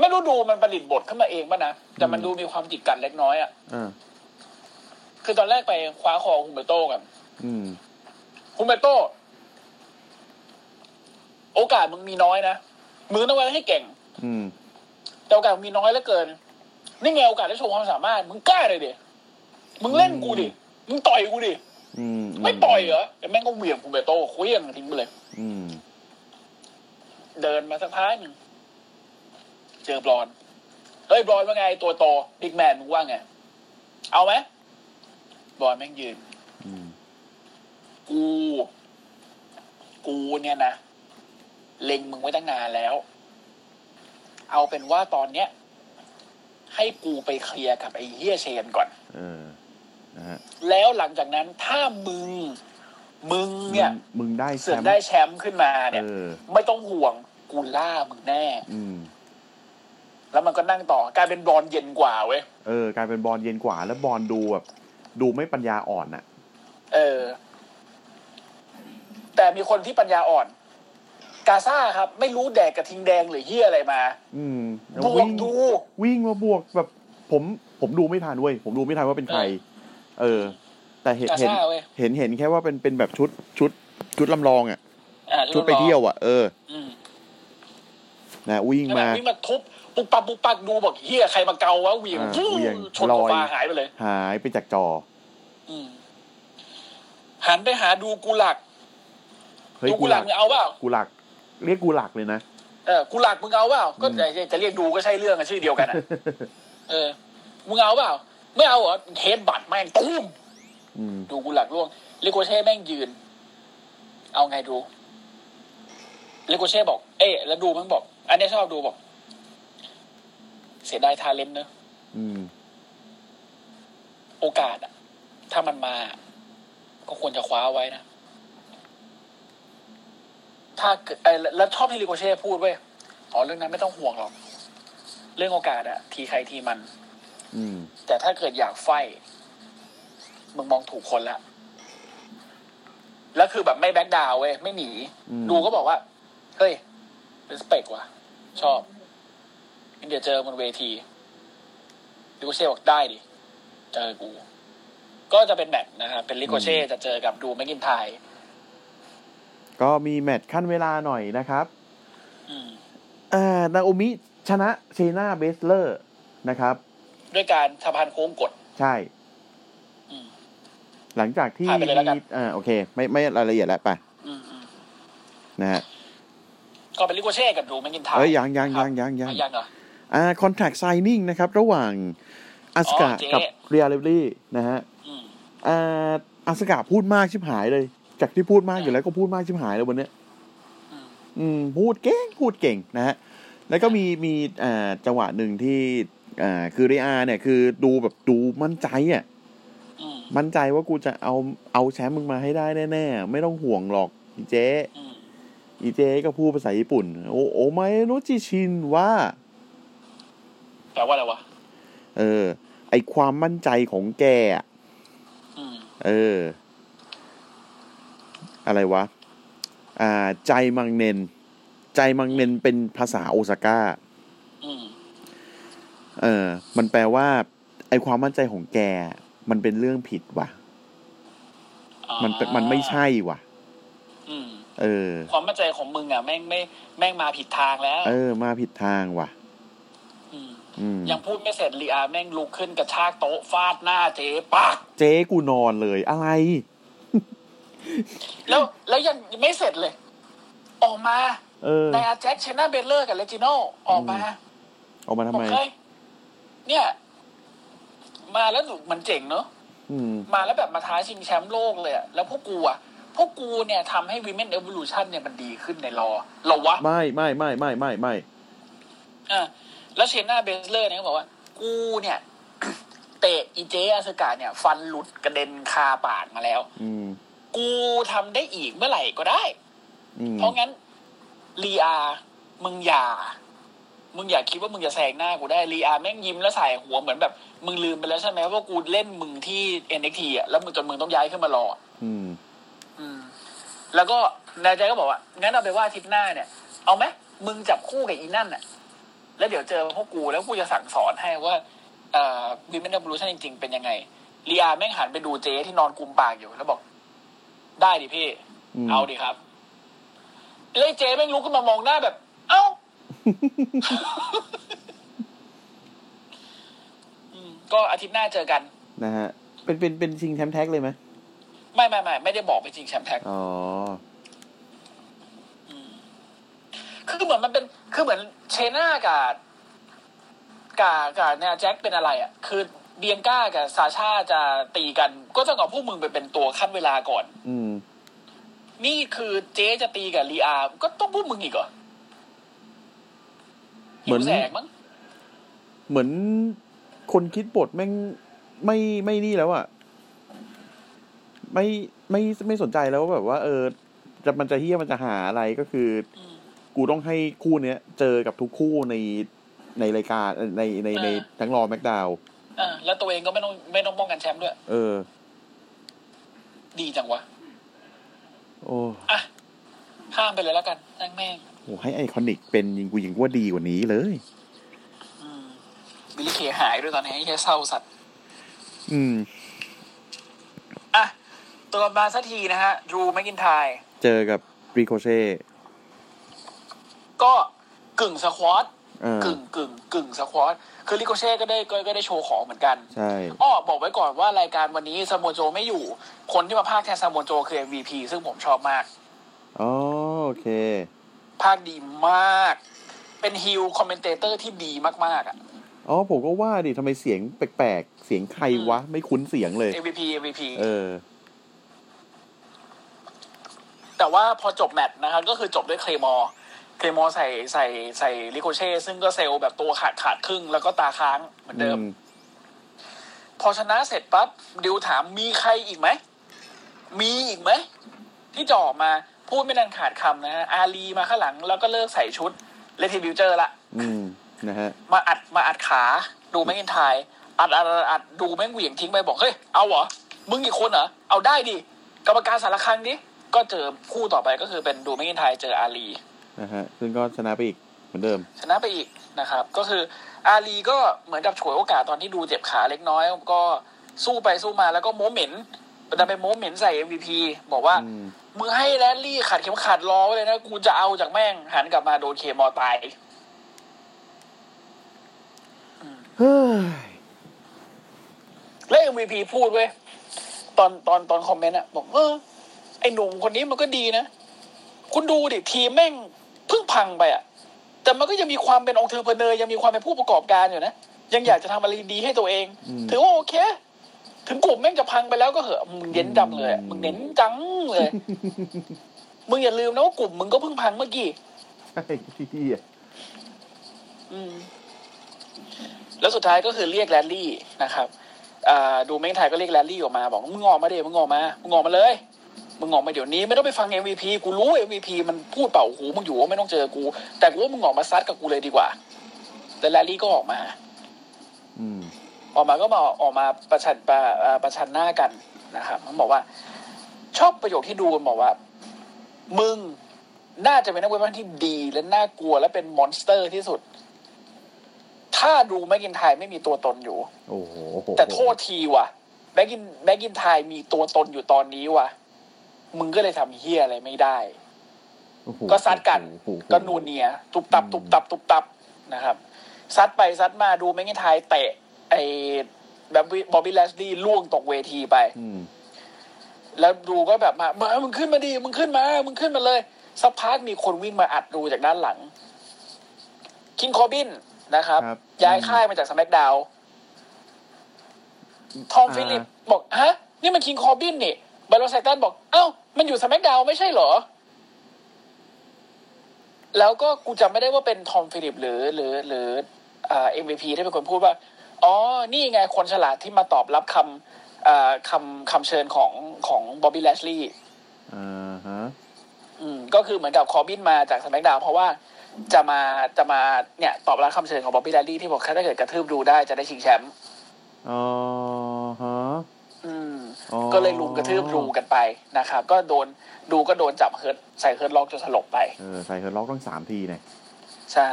ไม่รู้ดูมันประดิษฐ์บทขึ้นมาเองป่ะนะ แต่มันดูมีความจิกกัดเล็กน้อยอะ่ะ อ่า คือตอนแรกไปคว้าคอฮุมเบโต้กัน อืม ฮุมเบโต้โอกาสมึงมีน้อยนะ มึงต้องไว้ให้เก่ง อืม แต่โอกาสมึงมีน้อยเหลือเกิน นี่ไงโอกาสได้โชว์ความสามารถ มึงกล้าเลยดิ มึงเล่นกูดิ มึงต่อยกูดิ อืม ไม่ต่อยเหรอแต่แม่งก็เหวี่ยงฮุมเบโต้เคลี้ยงทิ้งไปเลย อืม เดินมาสักพักหนึ่งเจอบรอน เฮ้ยบรอนว่าไง ตัวโตบิ๊กแมนมึงว่าไง เอาไหมบรอนแม่งยืน อืม กู กูเนี่ยนะ เล็งมึงไว้ตั้งนานแล้ว เอาเป็นว่าตอนเนี้ย ให้กูไปเคลียร์กับไอ้เฮียเชนก่อน เออ นะฮะ แล้วหลังจากนั้นถ้ามึง มึงเนี่ย มึงมึงได้แช เสือก มป์ ได้แชมป์ขึ้นมาเนี่ย เออ ไม่ต้องห่วงกูล่ามึงแน่ อืม แล้วมันก็นั่งต่อกลายเป็นบอลเย็นกว่าเว้ย เออกลายเป็นบอลเย็นกว่า แล้วบอลดูแบบดูไม่ปัญญาอ่อนอะ เออ แต่มีคนที่ปัญญาอ่อน กาซ่าครับ ไม่รู้แดกกระทิงแดงหรือเหี้ยอะไรมา อืมแล้ว บว วิ่ ก ง ดู วิ่งมาบวกแบบผมผมดูไม่ทันเว้ยผมดูไม่ทันว่าเป็นใคร เออ แต่เห็น กา เห็น ซ่าเว้ย เห็นเห็นแค่ว่าเป็นเป็นแบบชุดชุด ชุดลำลองอ่ะ อ่ะ ชุดไปเที่ยวอ่ะเออ อืม นะวิ่ง นั่นแห มา ละวิ่งมาทุบปุกปักปุกปักดูบอกเหี้ยใครมาเกาวะเหวียง อ่า วู้ เหวี่ยง ชนโซ ล ฟา อย หายไปเลย หายไปจากจอ อืมหันไปหาดูกูหลัก เฮ้ย ดู กู กู ห ห ลั ลั ก กมึงเอาเปล่า กูหลัก เรียกกูหลักเลยนะ เออกูหลักมึงเอาเปล่าก็ อืม จะจะเรียกดูก็ใช่เรื่องอะชื่อเดียวกันอะ เออ มึงเอาเปล่า ไม่เอาเหรอเทสบัตรแม่งตุ้ม อืม ดูกูหลักล่วงเลโกเช่แม่งยืน เอาไงดูเลโกเช่บอก เอ๊ะแล้วดูมันบอก อันเนี้ยชอบดูบอก เสียดายทาเลนต์เนอะ อืม โอกาสอะถ้ามันมา ก็ควรจะคว้าไว้นะ ถ้าเกิดเอ้ยแล้วแล้วชอบที่เลโกเช่พูดเว้ยอ๋อเรื่องนั้นไม่ต้องห่วงหรอก เรื่องโอกาสอะทีใครทีมัน อืม แต่ถ้าเกิดอยากไฟท์มึงมองถูกคนละ แล้วคือแบบไม่แบ็กดาวน์เว้ย ไม่หนี อืม ดูก็บอกว่า เฮ้ยเป็นสเปกว่ะ ชอบงั้นเดี๋ยวเจอบนเวทีลิโกเช่บอกได้ดิ เจอกู ก็จะเป็นแมตช์นะครับ เป็นลิโกเช่จะเจอกับดูแมกกินไทย ก็มีแมตช์ขั้นเวลาหน่อยนะครับ อืม อ่านาโอมิชนะเชนาเบสเลอร์นะครับ ด้วยการสะพานโค้งกด ใช่ อืม หลังจากที่ ผ่านไปเลยแล้วกัน มีอ่าโอเค ไม่ไม่รายละเอียดแล้วไป อืมอืม นะฮะ ก็เป็นลิโกเช่กับดูแมกกินไทย เอ้ยยังยังยังยังยัง อ่ะยังเหรอ อ่าคอนแทคไซนิ่งนะครับ ระหว่างอาสกา อ๋อเจ๊ กับเรียลเลบรี่นะฮะ อืม อ่าอาสกาพูดมากชิบหายเลย จากที่พูดมากอยู่แล้วก็พูดมากชิบหายเลยวันเนี้ย อืม อืมพูดเก่งพูดเก่งนะฮะแล้วก็มีมีอ่าจังหวะหนึ่งที่อ่าคือเรียเนี่ยคือดูแบบดูมั่นใจอ่ะ อืม มั่นใจว่ากูจะเอาเอาแชมป์มึงมาให้ได้แน่ๆ ไม่ต้องห่วงหรอกอีเจ๊ อืม อีเจ๊ก็พูดภาษาญี่ปุ่น โอโอไมโนจิชินว่า แปลว่าอะไรวะ เออ ไอความมั่นใจของแกอะ อืม เออ อะไรวะ อ่า ใจมังเนน ใจมังเนนเป็นภาษาโอซาก้า อืม เออ มันแปลว่า ไอความมั่นใจของแก มันเป็นเรื่องผิดว่ะ อ่า มันเป็นมันไม่ใช่ว่ะ อืม เออ ความมั่นใจของมึงอ่ะแม่งไม่แม่งมาผิดทางแล้ว เออ มาผิดทางว่ะ ม อืม ยังพูดไม่เสร็จลีอาแม่งลุกขึ้นกระชากโต๊ะฟาดหน้าเจ๊ปาก เจ๊กูนอนเลยอะไร แล้วแล้วยังไม่เสร็จเลย ออกมา เออ ในอาแจ็คชนะเบลเลอร์กับเลจิโนออกมา ออกมาทำ ผม ไม เคยเนี่ย มาแล้วดูมันเจ๋งเนอะ อืม มาแล้วแบบมาท้าชิงแชมป์โลกเลยอะแล้วพวกกูอะพวกกูเนี่ยทำให้ Women Evolution เนี่ยมันดีขึ้นในรอเราวะ ไม่ไม่ไม่ไม่ไม่ไม่ อ่ะแล้วเชน่าเบสเลอร์เนี่ยก็บอกว่า กูเนี่ย เตะอีเจอาสกาเนี่ย ฟันหลุดกระเด็นคาปากมาแล้ว อืม กูทำได้อีกเมื่อไหร่ก็ได้ อืม เพราะงั้นลีอามึงอย่า มึงอย่าคิดว่ามึงจะแซงหน้ากูได้ลีอาแม่งยิ้มแล้วใส่หัวเหมือนแบบ มึงลืมไปแล้วใช่ไหมว่ากูเล่นมึงที่ NXT อะแล้วมึงจนมึงต้องย้ายขึ้นมารอ อืม อืมแล้วก็นายใจก็บอกว่า งั้นเอาไปนว่าอาทิตย์หน้าเนี่ย เอาไหมมึงจับคู่กับอีนั่นน่ะ แล้วเดี๋ยวเจอพวกกูแล้วกูจะสั่งสอนให้ว่าเอ่อวิมเบลบลูชันจริง ๆ เป็นยังไงลีอาแม่งหันไปดูเจ๊ที่นอนกุมปากอยู่แล้วบอก ได้ดิพี่ อืม เอาดิครับแล้วไอ้เจ๊แม่งลุกขึ้นมามองหน้าแบบ เอ้า อืมก็อาทิตย์หน้าเจอกัน นะฮะ เป็นเป็นเป็นชิงแชมป์แท็กเลยไหม ไม่ไม่ไม่ไม่ได้บอกไปจริงแชมป์แท็ก อ๋อ คือเหมือนมันเป็นคือเหมือนเชน่ากับกับกับเนี่ยแจ็คเป็นอะไรอ่ะ คือเบียงก้ากับซาชาจะตีกัน ก็ต้องเอาพวกมึงไปเป็นตัวขั้นเวลาก่อน อืม นี่คือเจ๊จะตีกับลีอา ก็ต้องพวกมึงอีกเหรอ เหมือน หิวแสงมั้ง เหมือนคนคิดบทแม่งไม่ไม่นี่แล้วอะไม่ไม่ไม่สนใจแล้วว่าแบบว่า เออ จะมันจะเฮี้ยมันจะหาอะไรก็คือ อืม กูต้องให้คู่เนี้ย เจอกับทุกคู่ในในรายการเอ่อในในใน อ่า ทั้งรอแม็กดาว อ่าแล้วตัวเองก็ไม่ต้องไม่ต้องป้องกันแชมป์ด้วย เออ ดีจังวะ โอ้ อ่ะข้ามไปเลยแล้วกันนั่งแม่ง โหให้ไอคอนิกเป็นยิงกูยิงว่าดีกว่านี้เลย อืมบิลลี่เคหายด้วยตอนนี้ไอ้เหี้ยเศร้าสัตว์ อืม อ่ะตัวมาสักทีนะฮะดรูแมกินไทย เจอกับรีโคเช่ ก็กึ่งสควอต เออก ึ่งกึ่งกึ่งสควอตคือลิโกเช่ก็ได้ก็ก็ได้โชว์ของเหมือนกัน ใช่ อ้อบอกไว้ก่อนว่ารายการวันนี้ซามโจไม่อยู่ คนที่มาพากย์แทนซามโจคือ MVP ซึ่งผมชอบมาก อ๋อ โอเค ภาคดีมาก เป็นฮิลคอมเมนเตเตอร์ที่ดีมากๆอ่ะ อ๋อ ผมก็ว่าดิทำไมเสียงแปลกๆ เสียงใครวะ ไม่คุ้นเสียงเลย MVP MVP เออ แต่ว่าพอจบแมตช์นะครับ ก็คือจบด้วยเคลมอร์เคลมอร์ใส่ใส่ใส่ลิโกเช่ซึ่งก็เซลล์แบบตัวขาดขาดครึ่งแล้วก็ตาค้างเหมือนเดิม อืม พอชนะเสร็จปั๊บดิวถามมีใครอีกไหม มีอีกไหม ที่จะออกมาพูดไม่ดันขาดคำนะฮะ อาลีมาข้างหลังแล้วก็เลิกใส่ชุดเลทิบิวเจอร์ละ อืม นะฮะ มาอัดมาอัดขา ดูแม่งอินไทายอัดอัดอัดอัดดูแม่งเหวี่ยงทิ้งไปบอก เฮ้ย เอาเหรอ มึงอีกคนเหรอ เอาได้ดิ กรรมการสารครั้งนี้ก็เจอคู่ต่อไปก็คือเป็นดูแม่งอินไทายเจออาลี นะฮะ ซึ่งก็ชนะไปอีก เหมือนเดิม ชนะไปอีกนะครับ ก็คืออาลีก็เหมือนกับฉวยโอกาสตอนที่ดูเจ็บขาเล็กน้อย ก็สู้ไปสู้มาแล้วก็โมเหม็นดันไปโมเหม็นใส่ MVP บอกว่า อืม มึงให้แรลลี่ขัดเข็มขัดรอไว้เลยนะ กูจะเอาจากแม่ง หันกลับมาโดนเคมอตาย เฮ้ย แล้ว MVP พูดเว้ย ตอนตอนตอนคอมเมนต์อะบอกเออ ไอหนุ่มคนนี้มันก็ดีนะ คุณดูดิ ทีมแม่งเพิ่งพังไปอะแต่มันก็ยังมีความเป็นองค์เทอร์เพเนอร์ยังมีความเป็นผู้ประกอบการอยู่นะ ยังอยากจะทำอะไรดีให้ตัวเอง อืม ถือว่าโอเค ถึงกลุ่มแม่งจะพังไปแล้วก็เหอะมึงเน้นดำเลยอะมึงเน้นจังเลย มึงอย่าลืมนะว่ากลุ่มมึงก็เพิ่งพังเมื่อกี้ ไอ้เหี้ย อืมแล้วสุดท้ายก็คือเรียกแรลลี่นะครับอ่าดูเม้งไทยก็เรียกแรลลี่ออกมา บอกมึงออกมาเดี๋ยวมึงออกมามึงออกมาเลยมึงออกมาเดี๋ยวนี้ไม่ต้องไปฟัง MVP กูรู้ MVP มันพูดเป่าหูมึงอยู่ว่าไม่ต้องเจอกู แต่กูว่ามึงออกมาซัดกับกูเลยดีกว่าแล้วแรลลี่ก็ออกมา อืม ออกมาก็มาออกมาประชันประเอ่อประชันหน้ากันนะครับมันบอกว่า ชอบประโยคที่ดูมันบอกว่า มึงน่าจะเป็นนักเวทมนตร์ที่ดีและน่ากลัวและเป็นมอนสเตอร์ที่สุด ถ้าดูแม็กกินไทยไม่มีตัวตนอยู่ โอ้โห แต่โทษทีว่ะแม็กกินแม็กกินไทยมีตัวตนอยู่ตอนนี้ว่ะ มึงก็เลยทำเฮียอะไรไม่ได้ โอ้โห ก็ซัดกัน โอ้โห ก็นูนเนีย ตุบตับตุบตับตุบตับนะครับ ซัดไปซัดมาดูแมกกินไทายเตะ ไอ้แบบบอบบี้แลสลีล่วงตกเวทีไป อืม แล้วดูก็แบบมามามึงขึ้นมาดิ มึงขึ้นมา มึงขึ้นมาเลย สักพักมีคนวิ่งมาอัดดูจากด้านหลัง คิงคอบินนะครับ ครับ ย้ายค่ายมาจากสแมกดาว ทอมฟิลิปบอก ฮะ นี่มันคิงคอบินนี่บาร์โลไซตันบอก เอ้า มันอยู่สแมกดาวไม่ใช่เหรอ แล้วก็กูจำไม่ได้ว่าเป็นทอมฟิลิปหรือ หรือ หรือเอ็มวีพีที่เป็นคนพูดว่า อ๋อ นี่ไงคนฉลาดที่มาตอบรับคำเอ่อคำคำเชิญของของบอบบี้แลชลีย์ อ่าฮะ ก็คือเหมือนกับคอบินมาจากสแมกดาวเพราะว่าจะมาจะมาเนี่ยตอบรับคำเชิญของบอบบี้แลชลีย์ที่บอกถ้าเกิดกระทืบดูได้จะได้ชิงแชมป์ อ๋อฮะ อืม อ๋อ ก็เลยลุมกระทืบรูกันไปนะครับ ก็โดนดูก็โดนจับเฮิร์ตใส่เฮิร์ตล็อกจนสลบไป เออ ใส่เธอล็อกต้องสามทีเนี่ย ใช่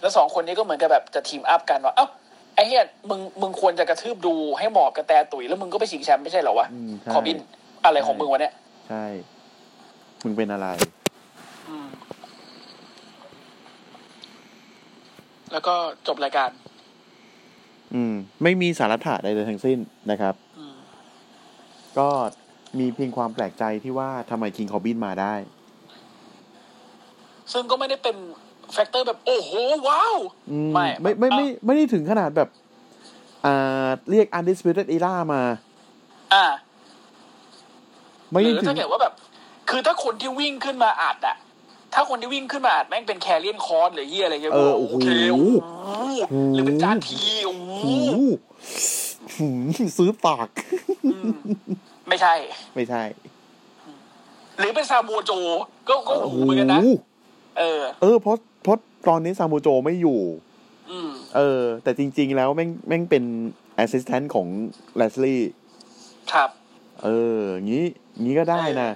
แล้วสองคนนี้ก็เหมือนกับแบบจะทีมอัพกันว่าเอ้าไอ้เฮียมึงมึงควรจะกระทืบดูให้หมอบกระแตตุ๋ยแล้วมึงก็ไปชิงแชมป์ไม่ใช่เหรอวะ อืมใช่ ขอบินอะไรของมึงวะเนี่ย ใช่ มึงเป็นอะไร อืม แล้วก็จบรายการ อืม ไม่มีสาระถะใดเลยทั้งสิ้นนะครับ อืม ก็มีเพียงความแปลกใจที่ว่าทำไมคิงคอบินมาได้ ซึ่งก็ไม่ได้เป็นแฟกเตอร์แบบ โอ้โห ว้าว อืม ไม่ ไม่ไม่ เอ้า ไม่ไม่ได้ถึงขนาดแบบ อ่า เรียก undisputed era มา อ่า ไม่ ห ได้ รือ ถึ ถ้าง เกิดว่าแบบ คือถ้าคนที่วิ่งขึ้นมาอัดอะถ้าคนที่วิ่งขึ้นมาอัดแม่งเป็นแคเรียนคอนหรือเยี่ยอะไรเงี้ย เออ โอเค โอ้ โอ้ โห โหหรือเป็นจานทีโอ้โห หูหู ซื้อปาก อืมไม่ใช่ ไม่ใช่ หรือเป็นซามูโจ ก็ก็โอ้โห หู เหมือนกันนะเออ เออเพราะเพราะตอนนี้ซามูโจไม่อยู่ อืม เออ แต่จริง ๆ แล้วแม่งแม่งเป็นแอสซิสแตนต์ของแลสลี่ ครับ เออ งี้งี้ก็ได้นะ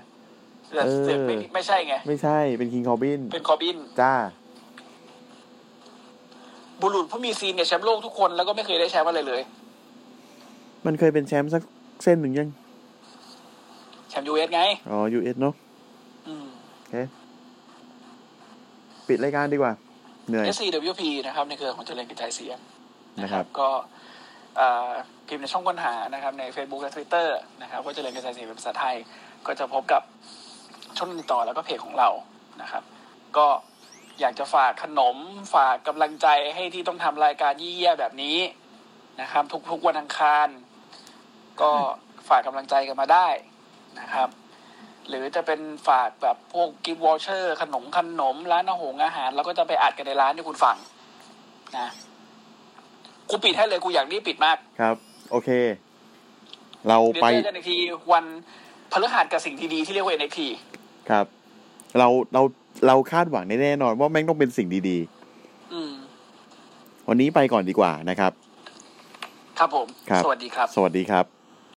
แต่แต่ไม่ เออ ไม่ใช่ไง ไม่ใช่เป็นคิงคอบิน เป็นคอบิน จ้า บุรุษผู้มีซีนกับแชมป์โลกทุกคนแล้วก็ไม่เคยได้แชมป์อะไรเลย มันเคยเป็นแชมป์สักเส้นหนึ่งยัง แชมป์ยูเอสไง อ๋อยูเอสเนาะ อืม โอเค ปิดรายการดีกว่า เหนื่อย SCWP นะครับ ในเครือของเจริญกิจใจเสียง นะครับ ก็เอ่อพิมพ์ในช่องค้นหานะครับ ใน Facebook และ Twitter นะครับว่าเจริญกระจายเสียงเป็นภาษาไทย ก็จะพบกับช่องติดต่อแล้วก็เพจของเรานะครับ ก็อยากจะฝากขนมฝากกำลังใจให้ที่ต้องทำรายการเยี่ยๆแบบนี้นะครับ ทุกๆวันอังคาร ก็ฝากกำลังใจกันมาได้นะครับ หรือจะเป็นฝากแบบพวกกิฟต์วอเชอร์ ขนมขนม ร้านอาหงอาหาร แล้วก็จะไปอัดกันในร้านที่คุณฟังนะ กูปิดให้เลยกูอยากรีบปิดมาก ครับ โอเค เรา เดี๋ยว ไป เจอกันอีกทีวันพฤหัสกับสิ่งดีๆที่เรียกว่า NFT ครับ เราเราเราคาดหวังแน่ๆนอนว่าแม่งต้องเป็นสิ่งดี อืม ๆ วันนี้ไปก่อนดีกว่านะครับ ครับผม ครับ สวัสดีครับ สวัสดีครับ